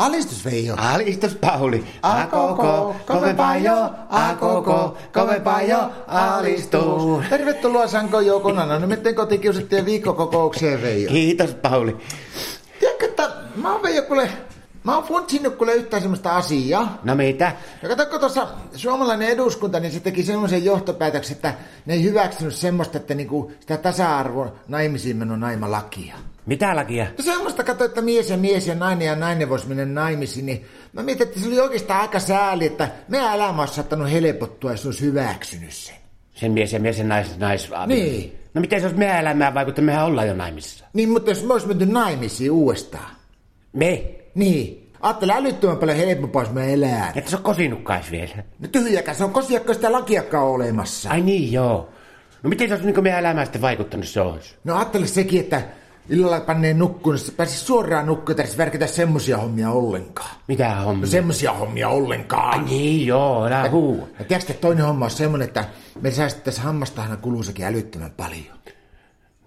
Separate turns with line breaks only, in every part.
Alistus Veijo.
Alistus Pauli,
A
a
koko,
koko, kovempaa jo, a koko, kovempaa jo, alistuu.
Tervetuloa Sanko Joukonana, nimittäin kotikiusattujen viikkokokoukseen Veijo.
Kiitos Pauli.
Tiedätkö, että mä oon Veijo kuule, mä oon funtsinut kuule yhtään semmoista asiaa.
No mitä?
Ja katsokko tuossa suomalainen eduskunta, niin se teki semmoisen johtopäätöksen, että ne ei hyväksynyt semmoista, että niinku sitä tasa-arvon naimisiin menon naimalakia.
Mitä lakia?
No semmoista katsoin, että mies ja mies ja nainen ja nainen voisi mennä naimisiin, niin mä mietin, että se oli oikeastaan aika sääli, että meidän elämä olisi saattanut helpottua, jos olisi hyväksynyt sen.
Sen mies ja mies ja nais, nais.
Niin.
No miten se olisi meidän elämään vaikuttaa? Mehän ollaan jo naimisissa.
Niin, mutta jos me olisi menty naimisiin uudestaan.
Me?
Niin. Ajattele älyttömän paljon helpompaa, jos me elää.
Että se on kosinukkais vielä.
No tyhjäkäs on kosiakko sitä lakiakkaan ole olemassa.
Ai niin joo. No miten se olisi niin meidän elämään sitten vaikuttanut se olisi?
No ajattele sekin, että illalla panneen nukkuun, jos pääsis suoraan nukkuun, tarvitsisi värkätä semmosia hommia ollenkaan.
Mitä homma?
No semmosia hommia ollenkaan.
Ai niin joo, älä huu.
Ja tiedätkö, että toinen homma on semmoinen, että me säästettäisiin hammastahana kulusakin älyttömän paljon.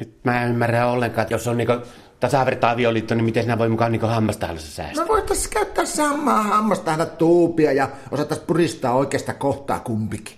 Nyt mä en ymmärrä ollenkaan, että jos on niinku tasaverta avioliitto, niin miten sinä voi mukaan niinku hammastahallassa säästää?
No voitaisiin käyttää samaa hammastahana tuupia ja osattaisiin puristaa oikeasta kohtaa kumpikin.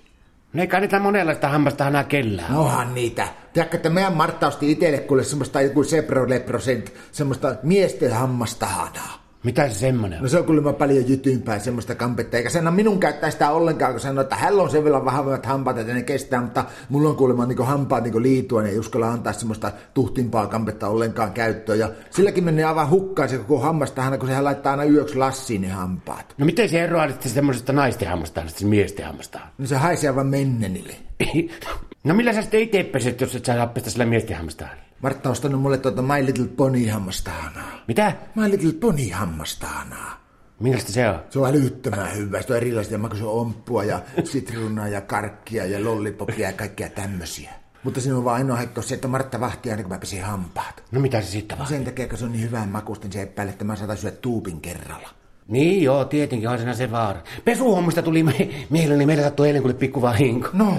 No ei kai niitä monenlaista hammastahanaa kellään.
No Onhan niitä. Tiedätkö, että meidän Martta osti itselle kuule semmoista joku seproleprosent, semmoista miesten hammastahanaa.
Mitä se semmonen
No
on?
se on kuulemma paljon jytympää semmoista kampetta, eikä sano minun käyttää sitä ollenkaan, kun sanoo, että hänellä on sen verran vahvemmat hampaat, että ne kestää, mutta mulla on kuulemma niin hampaat niin liitua, niin ei uskalla antaa semmoista tuhtimpaa kampetta ollenkaan käyttöön. Ja silläkin menee aivan hukkaan se koko hammastahan, kun sehän laittaa aina yöksi lassiin ne hampaat.
No miten se eroaa sitten semmoisesta naisten hammastahallasta, siis miesten hammastahan?
Niin se haisee aivan mennenille.
No millä sä sitten itse peset, jos et sä happesta sillä miesten hammastahalla?
Martta on ostanut mulle tuota My Little Pony hammastahanaa.
Mitä?
My Little Pony hammastahanaa.
Millaista se on?
Se on älyttömän hyvä. Se on erilaisia makuja, se on omppua ja sitruunaa ja karkkia ja lollipopia ja kaikkea tämmöisiä. Mutta siinä on vaan ainoa heikko se, että Martta vahtii aina kun mä pesin hampaat.
No mitä se sitten vaan?
Sen takia, kun se on niin hyvän makusta, niin se epäilee, että mä saatan syödä tuupin kerralla.
Niin joo, tietenkin on siinä se vaara. Pesuhommista tuli me- mieleen, niin meillä sattui eilen kuule pikku vahinko.
No.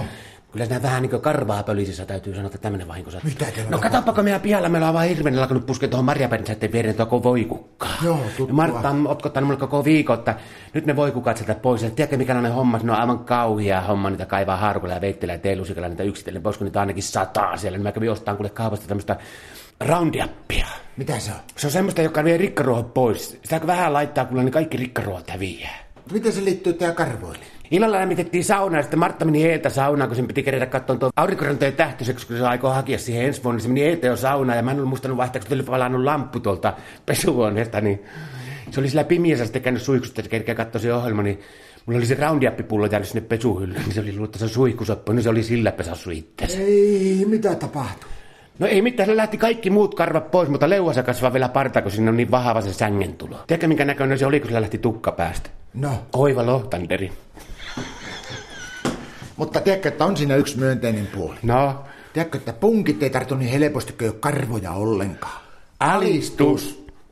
Kyllä sinä vähän niin kuin karvaa pölisissä täytyy sanoa, että tämmöinen vahinko sattui.
Mitä teillä
No
on?
katsoppa, kun meidän pihalla meillä on vaan hirveän alkanut puskea tuohon marjapärinsäiden viereen tuo koko voikukkaa.
Joo, tuttua.
Ja Martta on otkottanut mulle koko viikon, että nyt ne voikukat sieltä pois. Ja tiedätkö mikä on homma, ne on aivan kauhia homma, niitä kaivaa haarukolla ja veitteillä ja teelusikalla niitä yksitellen pois, kun niitä on ainakin sataa siellä. Niin mä kävin ostamaan kuule kaupasta tämmöistä roundiappia.
Mitä se on?
Se on semmoista, joka vie rikkaruohot pois. Sitä kun vähän laittaa, kun niin kaikki rikkaruohot häviää.
Miten se liittyy tähän karvoille?
Illalla lämmitettiin saunaa, ja sitten Martta meni eeltä saunaan, kun sen piti kerätä katsomaan tuon aurinkorantojen tähtiseksi, kun se aikoo hakea siihen ensi vuonna. niin Se meni eeltä jo saunaan, ja mä en ollut muistanut vaihtaa, kun tuli palannut lamppu tuolta pesuhuoneesta, niin se oli sillä pimiässä sitten käynyt suihkusta, että kerkeä katsoi se ohjelma, niin mulla oli se roundiappipullo jäänyt sinne pesuhyllyyn, niin se oli luullut, että se on suihkusoppu, niin se oli sillä pesassu itse.
Ei, mitä tapahtuu?
No ei mitään, se lähti kaikki muut karvat pois, mutta leuassa kasvaa vielä parta, kun siinä on niin vahva se sängentulo. Tiedätkö minkä näköinen se oli, kun sillä lähti tukka päästä?
No,
Oiva lohtanderi.
mutta tiedätkö, että on siinä yksi myönteinen puoli.
No,
Tiedätkö, että punkit ei tartu niin helposti, kun ei ole karvoja ollenkaan.
Alistus!